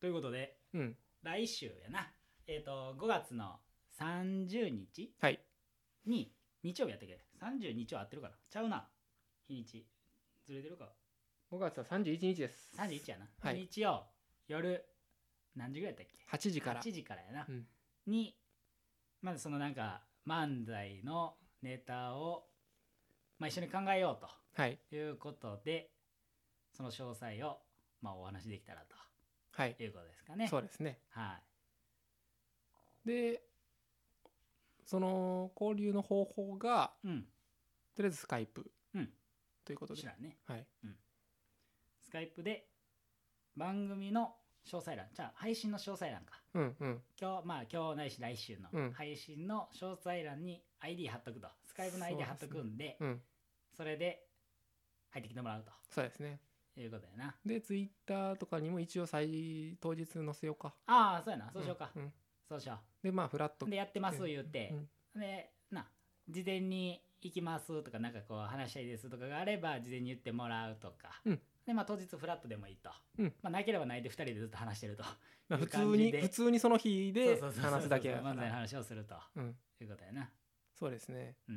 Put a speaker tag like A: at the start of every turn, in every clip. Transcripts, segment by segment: A: ということで
B: うん
A: 来週やなえっ、と5月の30日
B: はい
A: に日曜日やったっけ30日は合ってるからちゃうな日にちずれてるか
B: 5月は31日です
A: 31やな、
B: はい
A: 日曜夜何時ぐらいやったっけ
B: 8時から
A: 8時からやな、
B: うん
A: にまずそのなんか漫才のネタを、まあ、一緒に考えよう
B: はい
A: ということでその詳細を、まあ、お話しできたら
B: はい
A: ということですかね。
B: そうですね
A: は
B: でその交流の方法が
A: い、うん
B: とりあえずスカイプ、
A: うん
B: ということ
A: 知
B: で
A: らんね
B: はい
A: スカイプで番組の詳細欄じゃあ配信の詳細欄か
B: うんうん
A: 今日まあ今日ないし来週
B: う
A: の
B: ん
A: 配信の詳細欄に ID 貼っとくと、スカイプの
B: そう
A: ID
B: ですね
A: 貼っとくんで
B: うん
A: それで入ってきてもらう
B: そうですね
A: ということやな
B: でツイッターとかにも一応最当日載せようか
A: ああそうやなそうしようか、
B: んん
A: そうしよ
B: でまあフラット
A: うでやってます言って
B: う、ん
A: でな事前に行きますとかなんかこう話したいですとかがあれば事前に言ってもらうとか、
B: うん
A: でまあ当日フラットでもいいと、
B: うん
A: まあなければないで2人でずっと話してると
B: まあ
A: いう
B: 普通
A: 感じ
B: に
A: で
B: 普通にその日で
A: そうそうそうそう
B: 話すだけやか
A: 漫才の
B: ら
A: 話をすると
B: うん
A: いうことやな
B: そうですね
A: うん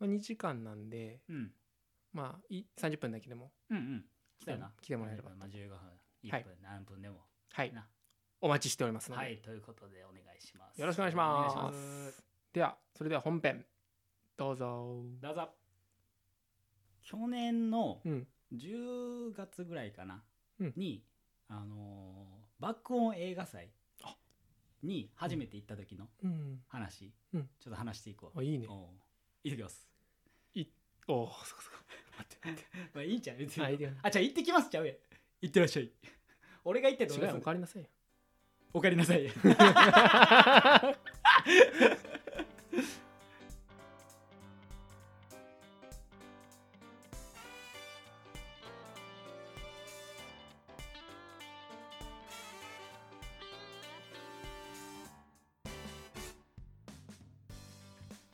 B: まあ2時間なんで
A: うん
B: まあい30分だけでも
A: うんうんそうやな
B: 来てもらえれば
A: 30分まあ15分1分、
B: はい
A: 何分でも
B: はい
A: な
B: お待ちしておりますので、
A: はいということでお願いします
B: よろしくお願いし
A: お願いし
B: ますではそれでは本編どうぞ
A: どうぞ去年の
B: うん
A: 10月ぐらいかな、
B: うん
A: に、あのー爆音映画祭
B: あ
A: に初めて行った時の
B: うん
A: 話、
B: うん
A: ちょっと話していこう
B: あいいね
A: おう行ってきます、
B: おおそこそこ待って待って
A: まあ、いいんちゃう別に
B: あいいよ
A: あじゃあ行ってきますちゃうやん行ってらっし ゃい 俺が行ってどう
B: 違う
A: です
B: よお帰りなさいよ
A: おかえりなさい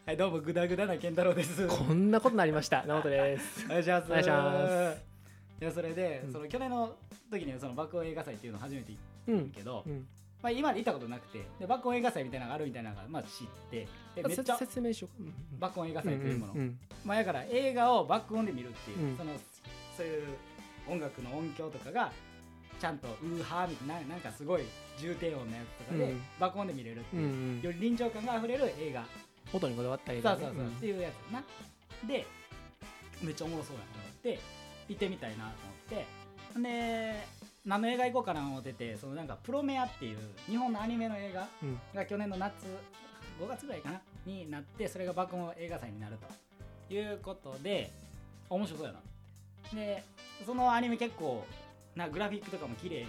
A: はいどうもグダグダな健太郎ですお
B: こんなことになりました直人です
A: 願いします
B: お願いします
A: いやそれで、
B: うん
A: その去年の時にその爆音映画祭っていうのを初めて行
B: う
A: った
B: ん
A: けど、
B: うん
A: まあ、今まで行ったことなくてで爆音映画祭みたいなのがあるみたいなのが、まあ、知ってでめっちゃ
B: せ説明しよううんうん
A: 爆音映画祭というもの、
B: うんうん
A: まあ、やから映画を爆音で見るっていう、
B: うん
A: そのそういう音楽の音響とかがちゃんとウーハーみたいななんかすごい重低音のやつとかで、
B: うん
A: 爆音で見れるって
B: う
A: い
B: ん
A: う、
B: うん
A: より臨場感があふれる映画
B: 音にこだわったり
A: そうそうそう、っていうやつなでめっちゃおもろそうやなと思って行ってみたいなと思ってほんで何の映画行こうかなと思っててそのなんかプロメアっていう日本のアニメの映画
B: うん
A: が去年の夏5月ぐらいかなになってそれが爆音映画祭になるということで面白そうやなでそのアニメ結構なグラフィックとかも綺麗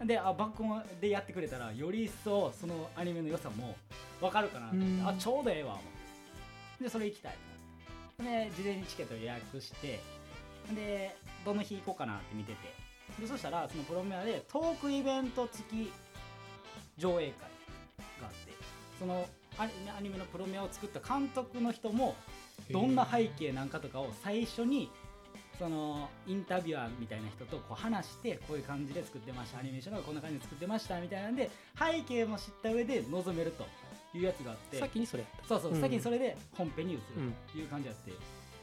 A: でであ爆音でやってくれたらより一層そのアニメの良さも分かるかなと思って
B: うん
A: あちょうどええわ思ってでそれ行きたいと思ってで事前にチケットを予約してでどの日行こうかなって見ててでそしたらそのプロメアでトークイベント付き上映会があってそのアニアニメのプロメアを作った監督の人もどんな背景なんかとかを最初にそのインタビュアーみたいな人とこう話してこういう感じで作ってましたアニメーションがこんな感じで作ってましたみたいなんで背景も知った上で臨めるというやつがあって
B: 先にそれやった
A: そうそう、
B: うん
A: 先にそれで本編に移る
B: うん
A: という感じあって、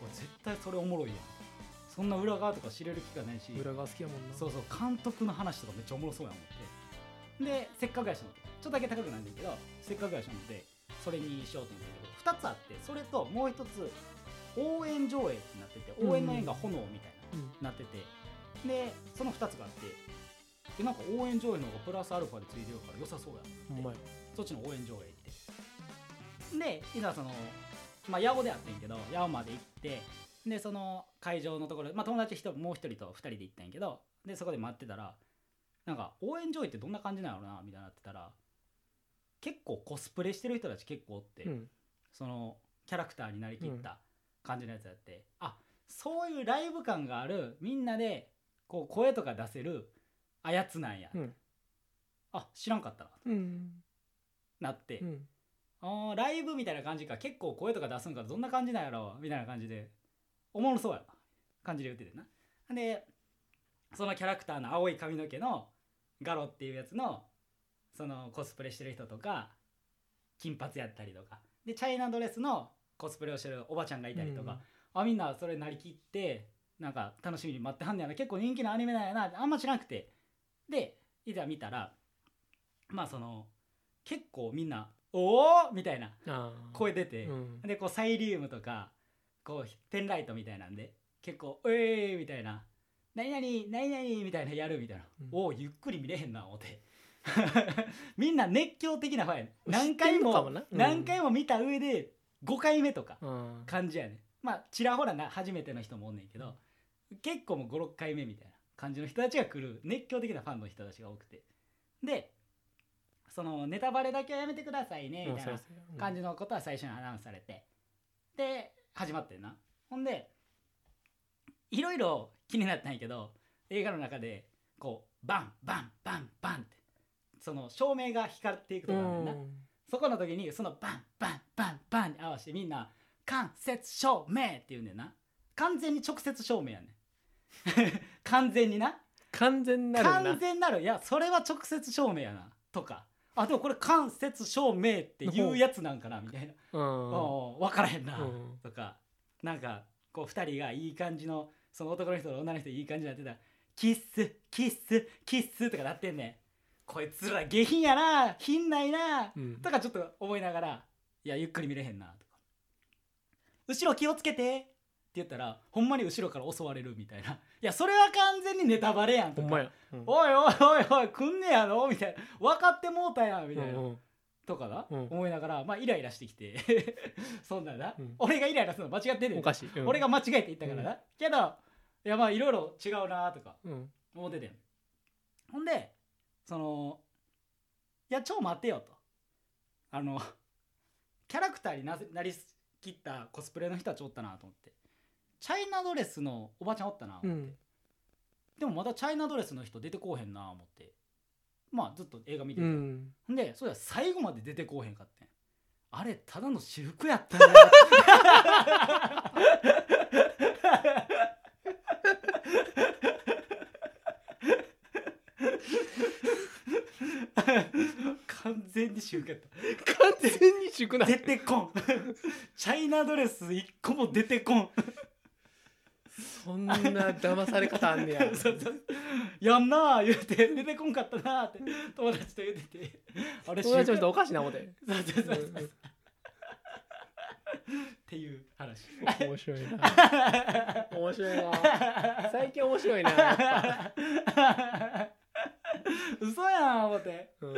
A: 俺絶対それおもろいやんそんな裏側とか知れる機会ないし
B: 裏側好きやもんな
A: そうそう監督の話とかめっちゃおもろそうや思ってでせっかくやしのちょっとだけ高くないんだけどせっかくやしのでそれにしようと思ったんだけど2つあってそれともう1つ応援上映ってなってて応援の縁が炎みたい
B: うん
A: な、なっててでその2つがあってでなんか応援上映の方がプラスアルファでついてるから良さそうや
B: う
A: な
B: まい
A: そっちの応援上映行って。で、いざその、まあ、八尾であってんけど、八尾まで行って、で、その会場のところ、まあ、友達一人、もう一人と二人で行ったんやけど、で、そこで待ってたら、なんか、応援上映ってどんな感じなのな、みたいになってたら、結構コスプレしてる人たち結構おって、
B: うん
A: そのキャラクターになりきった感じのやつやって、あそういうライブ感があるみんなでこう声とか出せるあやつなんや、
B: うん
A: あ知らんかったな
B: うん
A: なって、
B: うん
A: あーライブみたいな感じか結構声とか出すんからどんな感じなんやろみたいな感じでおもろそうやな感じで言っててなでそのキャラクターの青い髪の毛のガロっていうやつのそのコスプレしてる人とか金髪やったりとかでチャイナドレスのコスプレをしてるおばちゃんがいたりとか、あみんなそれなりきってなんか楽しみに待ってはんねやな結構人気のアニメなんやなあんま知らなくてでいざ見たらまあその結構みんな「おお!」みたいな
B: うん、あー
A: 声出て、
B: うん
A: でこうサイリウムとかこうペンライトみたいなんで結構「ええー!」みたいな「何々何々」みたいなやるみたいな、
B: うん
A: おおゆっくり見れへんな思て みんな熱狂的なファンやね
B: 知ってん
A: 何回
B: のか
A: も
B: もなうん
A: 何回も見た上で5回目とか
B: うん
A: 感じやねまあちらほらな初めての人もおんねんけど結構もう56回目みたいな感じの人たちが来る熱狂的なファンの人たちが多くてでそのネタバレだけはやめてくださいねみたいな感じのことは最初にアナウンスされてで始まってんなほんでいろいろ気になったんやけど映画の中でこうバンバンバンバンってその照明が光っていくと
B: う
A: こ
B: ん
A: あんねんな、そこの時にそのバンバンバンバンに合わせてみんな「間接照明」って言うねんな完全に直接照明やねん 完全にな
B: 完全なるな
A: 完全なるいやそれは直接照明やなとかあでもこれ間接照明っていうやつなんかなみたいな
B: うん
A: お分からへんな、
B: うん
A: とかなんかこう2人がいい感じのその男の人と女の人いい感じになってたら「キッスキッスキッス」とかなってんねんこいつら下品やな品ないな
B: うん
A: とかちょっと思いながら「いやゆっくり見れへんな」とか「後ろ気をつけて」って言ったらほんまに後ろから襲われるみたいな「いやそれは完全にネタバレやん」と
B: ほんま
A: か
B: やう
A: 「
B: ん
A: おいおいおいおいくんねやろ」みたいな「分かってもうたやん」みたいな。
B: うんうん
A: とかな、
B: うん
A: 思いながらまあイライラしてきて そんなんな、
B: うん
A: 俺がイライラするの間違ってる、
B: おかしいうん
A: 俺が間違えて言ったからな、けどいやまあいろいろ違うなとか
B: うん
A: 思っててんほんでそのいやちょ待てよとあのキャラクターになぜなりきったコスプレの人たちおったなと思ってチャイナドレスのおばちゃんおったな、
B: うん
A: でもまだチャイナドレスの人出てこうへんな思ってまあずっと映画見て
B: う
A: て、
B: ん
A: ほんでそれは最後まで出てこうへんかってんあれただの私服やったな完全に私服やった
B: 完全に宿な
A: 出てこんチャイナドレス一個も出てこん
B: そんな騙され方あんねや
A: そうそうやんなあ言うて出てこんかったなあって友達と言うててあれ
B: 友達の人
A: そう
B: おかしいな思て
A: そうそうそうっていう話
B: 面白いな面白いな最近面 白いなやっぱ
A: 嘘やん思って
B: うん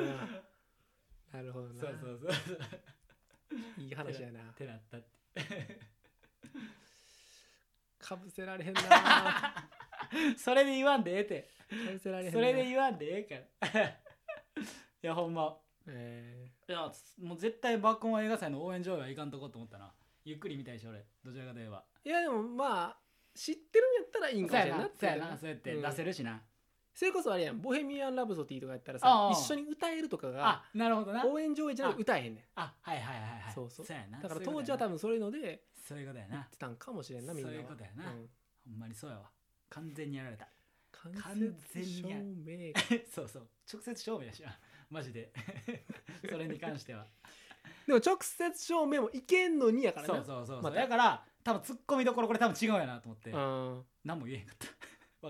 B: なるほどな
A: そうそうそうそう
B: いい話やな
A: ってなったって
B: かぶせられへんなか
A: それで言わんでええって
B: ぶせられへんな
A: それで言わんでええからいやほんま
B: え
A: いやもう絶対爆音映画祭の応援上映はいかんとこって思ったなゆっくり見たいし俺どちらかといえば
B: ーいやでもまあ知ってるんやったらいいんか
A: そう
B: も
A: や
B: しれん
A: なそうや
B: な
A: なそうやって出せ
B: る
A: るしな、
B: それこそあれやん「ボヘミアン・ラブソディ」とかやったら
A: あ
B: さ
A: あ
B: 一緒に歌えるとか
A: あ
B: が
A: なるほどな
B: 応援上映じゃなくて歌えへんね
A: あはいはいはいはい
B: そうそう
A: そうやなん
B: だから
A: そういうこと
B: 当時
A: や
B: は
A: な
B: 多分そういうので
A: そういうことや
B: 言っ
A: な
B: てたんかもしれんなみんなは
A: そういうことやな
B: うん
A: ほんまにそうやわ完全にやられた
B: 間接照明
A: そうそう直接証明やしな マジでそれに関しては
B: でも直接照明もいけんのにやから
A: そう
B: な
A: そうそうそ
B: ま
A: う
B: た
A: だから多分ツッコミどころこれ多分違うんやなと思って
B: うん
A: 何も言えへんかったわ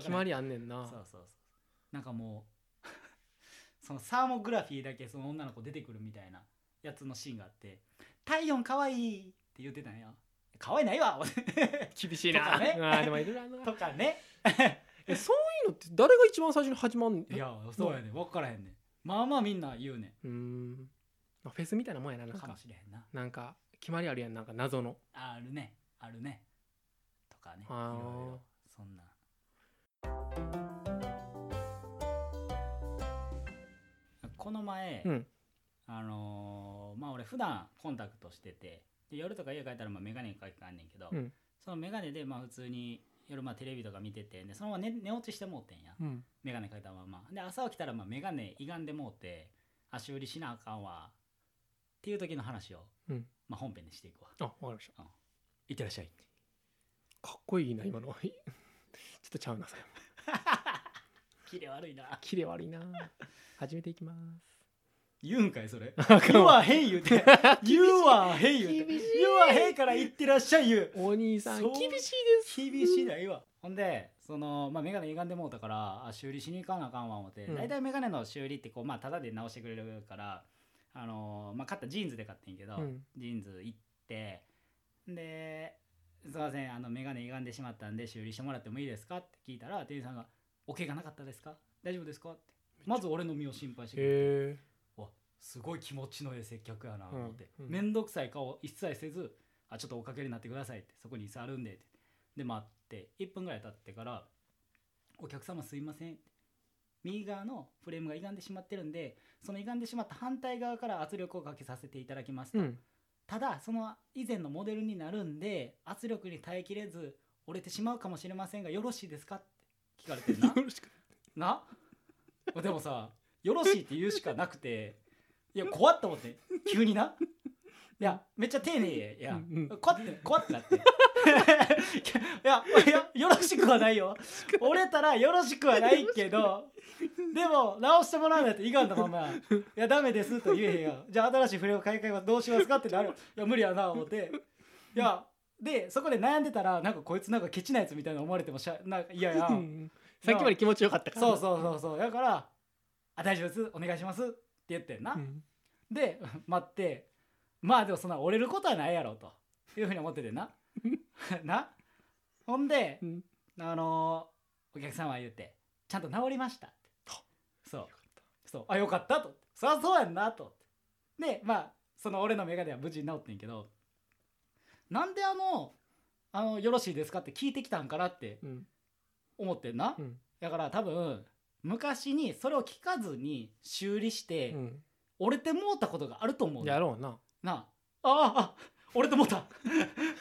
A: か
B: 決
A: らん
B: まりあんねん
A: そう
B: な
A: そうそうなんかもう そのサーモグラフィーだけその女の子出てくるみたいなやつのシーンがあって「体温かわいい!」って言ってたんや可愛いないわ
B: 厳しい
A: とか
B: な
A: ね
B: うんでもいろいろある
A: と
B: な
A: か ね
B: えそういうのって誰が一番最初に始まんの
A: いやそうやね分からへんねんまあまあみんな言うね
B: うーん、まあ、フェスみたいなもんやななん
A: んか
B: か
A: もしれへんな
B: なんか決まりあるやんなんか謎の
A: あるねあるねとかねい
B: あ
A: ろ
B: ー
A: いろそんなこの前、
B: うん
A: あのーまあ俺普段コンタクトしててで夜とか家帰ったらまあメガネかけてあんねんけど、
B: うん
A: そのメガネでまあ普通に夜まあテレビとか見ててでそのまま寝寝落ちしてもうてんや
B: うん
A: メガネかけたままで朝起きたらまあメガネ歪んでもうて足売りしなあかんわっていう時の話を、
B: うん
A: まあ本編にしていくわ
B: あわかりまし
A: いってらっしゃい
B: たかっこいいな今のちょっとちゃうなそれ
A: 聞 キレ悪いな
B: キレ悪いな始めていきます
A: 言うんかいそれ
B: あかん
A: You are hey 言う て You are hey 言うて
B: 厳
A: You
B: しい
A: are hey から言ってらっしゃい言う
B: お兄さん
A: そう
B: 厳しいです
A: 厳しいないわほんでその、まあ、メガネ歪んでもうたからあ修理しに行かなあかんわ思って、
B: うん
A: 大体メガネの修理ってこう、まあ、タダで直してくれるからあのー、まあ、買ったジーンズで買ってんけど、
B: うん
A: ジーンズ行ってで「すいませんあのメガネ歪んでしまったんで修理してもらってもいいですか?」って聞いたら店員さんが「お怪我なかったですか大丈夫ですか?」ってまず俺の身を心配してくれて
B: へえ
A: わすごい気持ちのええ接客やなと思って
B: うんうん
A: 面倒、くさい顔一切せずあちょっとおかけになってくださいってそこに椅子あるんでってで待って1分ぐらい経ってから「お客様すいません」右側のフレームが歪んでしまってるんでその歪んでしまった反対側から圧力をかけさせていただきますと、
B: うん
A: ただその以前のモデルになるんで圧力に耐えきれず折れてしまうかもしれませんがよろしいですかって聞かれてるな
B: よろしく
A: なでもさ「よろしい」って言うしかなくていや怖っと思って急にないやめっちゃ丁寧や
B: うんうん
A: 怖って怖ってなって いやいやよろしくはないよ折れたらよろしくはないけどでも直してもらわないといかんのまま「いやダメです」と言えへんやんじゃあ新しいフレーム買い替えますどうしますかってなるいや無理やな思っていやでそこで悩んでたらなんかこいつなんかケチなやつみたいな思われてもしゃなんか嫌や
B: うんんさっきまで気持ちよかったから
A: そうそうそうそうだから「あ大丈夫ですお願いします」って言ってんな、
B: ん
A: で 待ってまあでもそんな折れることはないやろというふうに思っててんな なほんで
B: うん
A: あのーお客様は言って「ちゃんと治りました」ってそうそうあよかったとそりゃそうやんなとでまあその俺の眼鏡は無事に治ってんけどなんであの「あのよろしいですか?」って聞いてきたんかなって
B: うん
A: 思ってんな、
B: うん
A: だから多分昔にそれを聞かずに修理して、
B: うん
A: 折れてもうたことがあると思うねん
B: や
A: な
B: ろうな
A: あああ折れてもうた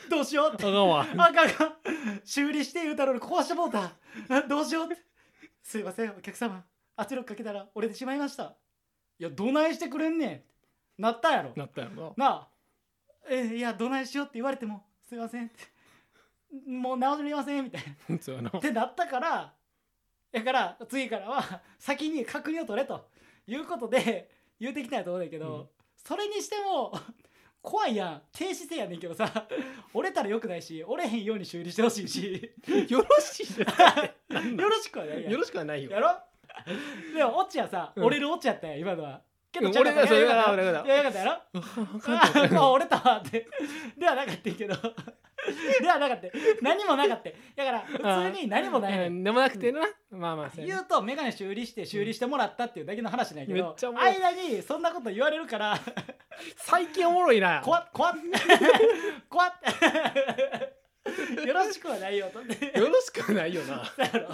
A: どうしようっ
B: あ
A: て
B: かんわ
A: あかんあかん修理して言うたのに壊してもうたあどうしようってすいませんお客様圧力かけたら折れてしまいましたいやどないしてくれんねんなったやろ
B: なったやろ
A: なあえいやどないしようって言われてもすいませんってもう治りませんみたいな
B: なそうやな
A: ってなったからだから次からは先に確認を取れということで言うてきたんやと思うんだけど、
B: うん
A: それにしても怖いやん停止せやねんけどさ折れたらよくないし折れへんように修理してほしいし
B: よろしいです
A: よろしくはないやん
B: よろしくはないよ
A: やろでもオチはさ、
B: うん
A: 折れるオチやったんや今のはけど
B: うん
A: ちゃんと
B: 俺がそう
A: や
B: 俺が俺が
A: いやよかったやろ
B: あかん
A: あーもう折れたわってではなかったけどではなかった何もなかっただから普通に何もないねん
B: うんでもなくてなまあまあそうや
A: 言
B: な
A: うと眼鏡修理して修理してもらったっていうだけの話なんやけ
B: めっ
A: ど
B: ちゃおもろい
A: 間にそんなこと言われる から
B: 最近おもろいな
A: 怖っ怖 っ怖っよろしくはないよと
B: よろしくはないよ な
A: だろ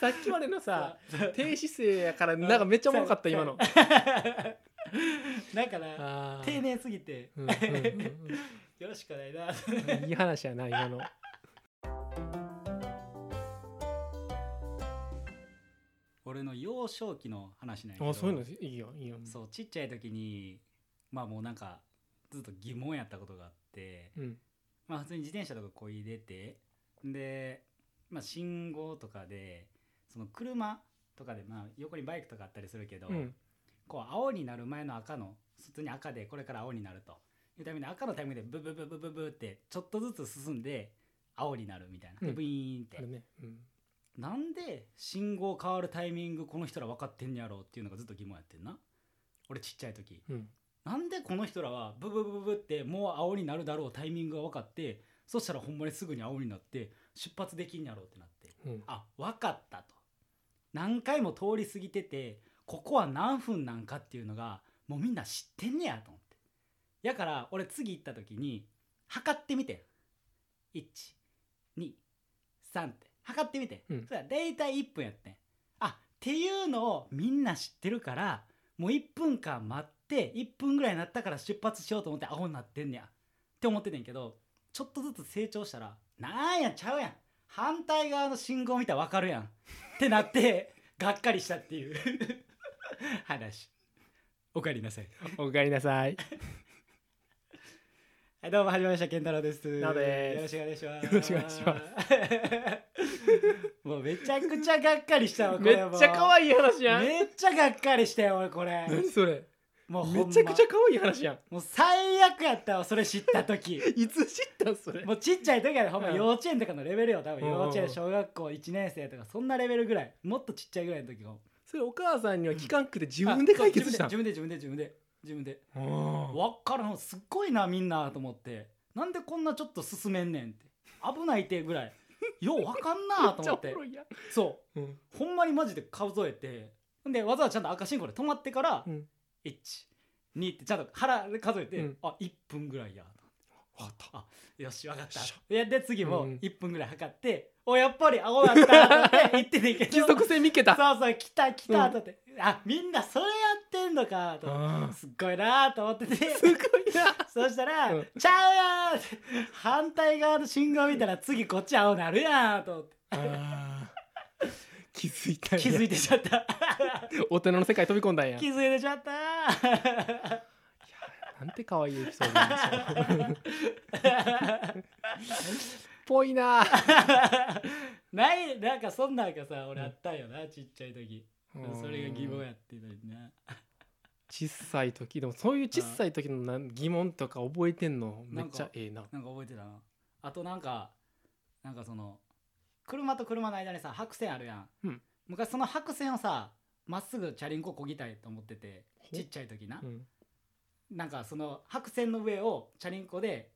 B: さっきまでのさ低姿勢やからなんかめっちゃおもろかった今の
A: だから
B: あー
A: 丁寧すぎて
B: うんうん
A: よろしくはないな
B: うんうんいい話やな 今の
A: 俺の幼少期の話なんやけど
B: あそういうのいいよいいよ
A: そうちっちゃい時にまあもうなんかずっと疑問やったことがあって
B: うん
A: まあ普通に自転車とかこいでてで、まあ、信号とかでその車とかで、まあ、横にバイクとかあったりするけど、
B: うん
A: こう青になる前の赤の普通に赤でこれから青になるというために赤のタイミングでブブブブブブってちょっとずつ進んで青になるみたいな、
B: うん
A: ブイーンって
B: あれねうん
A: なんで信号変わるタイミングこの人ら分かってんやろうっていうのがずっと疑問やってんな俺ちっちゃい時
B: うん
A: なんでこの人らはブブブブブってもう青になるだろうタイミングが分かってそしたらほんまにすぐに青になって出発できんやろうってなって
B: うん
A: あ分かったと何回も通り過ぎててここは何分なんかっていうのがもうみんな知ってんねやと思ってやから俺次行った時に測ってみて123って測ってみて、
B: うん
A: それは大体1分やってんあっていうのをみんな知ってるからもう1分間待って1分ぐらいになったから出発しようと思ってアホになってんねやって思っててんけどちょっとずつ成長したらなんやちゃうやん反対側の信号見たらわかるやんってなってがっかりしたっていう話おかえりなさい、
B: おかえりなさい
A: はい、どうもはじめまして健太郎です
B: なおです
A: よろしくお願いします
B: よろしくお願いします
A: もうめちゃくちゃがっかりしたわこ
B: めっ
A: れもう
B: ちゃ可愛い話やん
A: めっちゃがっかりしたよ俺これ
B: 何それ
A: もうほんま
B: めちゃくちゃ可愛い話やん
A: もう最悪やったわそれ知った時
B: いつ知ったんそれ
A: もうちっちゃい時やでほんま
B: うん
A: 幼稚園とかのレベルよ多分
B: うん
A: 幼稚園小学校1年生とかそんなレベルぐらいもっとちっちゃいぐらいの時も
B: それお母さんには聞かんくて自分で解決した
A: あ
B: ん
A: そう自分で自分で自分で自分で
B: うん
A: 分からんすっごいなみんなと思ってなんでこんなちょっと進めんねんって危ないってぐらいよう分かんなと思っ
B: めっちゃお
A: て
B: もろいやん
A: そう
B: うん
A: ほんまにマジで数えてほんでわざわざちゃんと赤信号で止まってから、
B: うん
A: 12ってちゃんと腹で数えて、
B: うん
A: あ1分ぐらいや
B: わかった
A: よし分かった
B: よっし
A: いやで次も
B: うん
A: 1分ぐらい測って、おやっぱり青やったと思 って行ってていけ
B: 貴族性見っけた
A: そうそう来た来た
B: うん
A: と思って、あみんなそれやってんのかと思って
B: あー
A: すっごいなと思ってて
B: すごいな
A: そしたら「
B: うん
A: ちゃうやん!」って反対側の信号見たら次こっち青なるやんと思って
B: あー気づいたんや
A: 気づいてちゃった
B: 大人の世界飛び込んだんや
A: 気づいてちゃった
B: なんて可愛いエピソードなんでしょうぽいな
A: ないなんかそんなんがさ俺あったんよなちっちゃい時それが疑問
B: や
A: やってたりな
B: 小さい時でもそういう小さい時のな疑問とか覚えてんのめっちゃええな
A: なんか覚えてたなあとなんかなんかその車と車の間にさ白線あるやん、
B: うん
A: 昔その白線をさまっすぐチャリンコこぎたいと思ってて
B: ほ
A: ちっちゃい時な、
B: うん
A: なんかその白線の上をチャリンコで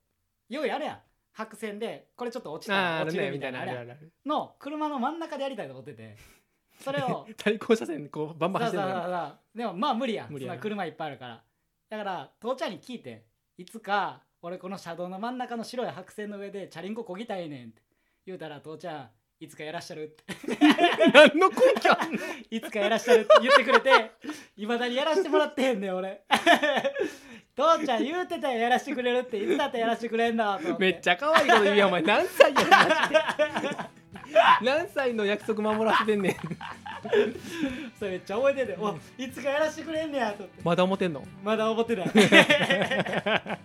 A: ようやるやん白線でこれちょっと落ちた
B: あー
A: ら
B: あ
A: 落
B: る
A: ち
B: ね
A: る
B: み
A: み
B: た
A: た
B: い
A: い
B: な
A: な
B: あ
A: あれやん
B: るあるある
A: の車の真ん中でやりたいと思って てそれを
B: 対向車線こうバンバン
A: そうそ
B: 走っ
A: う
B: てる
A: そう
B: のよ
A: そうでもまあ無理やん
B: 無理
A: そ
B: やな
A: んな車いっぱいあるからだから父ちゃんに聞いていつか俺この車道の真ん中の白い白線の上でチャリンコこぎたいねんって言うたら父ちゃんいつかやらしたるっ
B: 何の根拠あんの
A: ていつかやらしたるって言ってくれていまだにやらしてもらってへんねん俺 父ちゃん言うてたよやらしてくれるっていつだってやらしてくれんだと思って
B: めっちゃ可愛いこと言うやんお前何歳やねんマジで何歳の約束守らせて んねん
A: それめっちゃ覚えてておいつかやらしてくれんねやと思って
B: まだ思ってんの
A: まだ覚えてない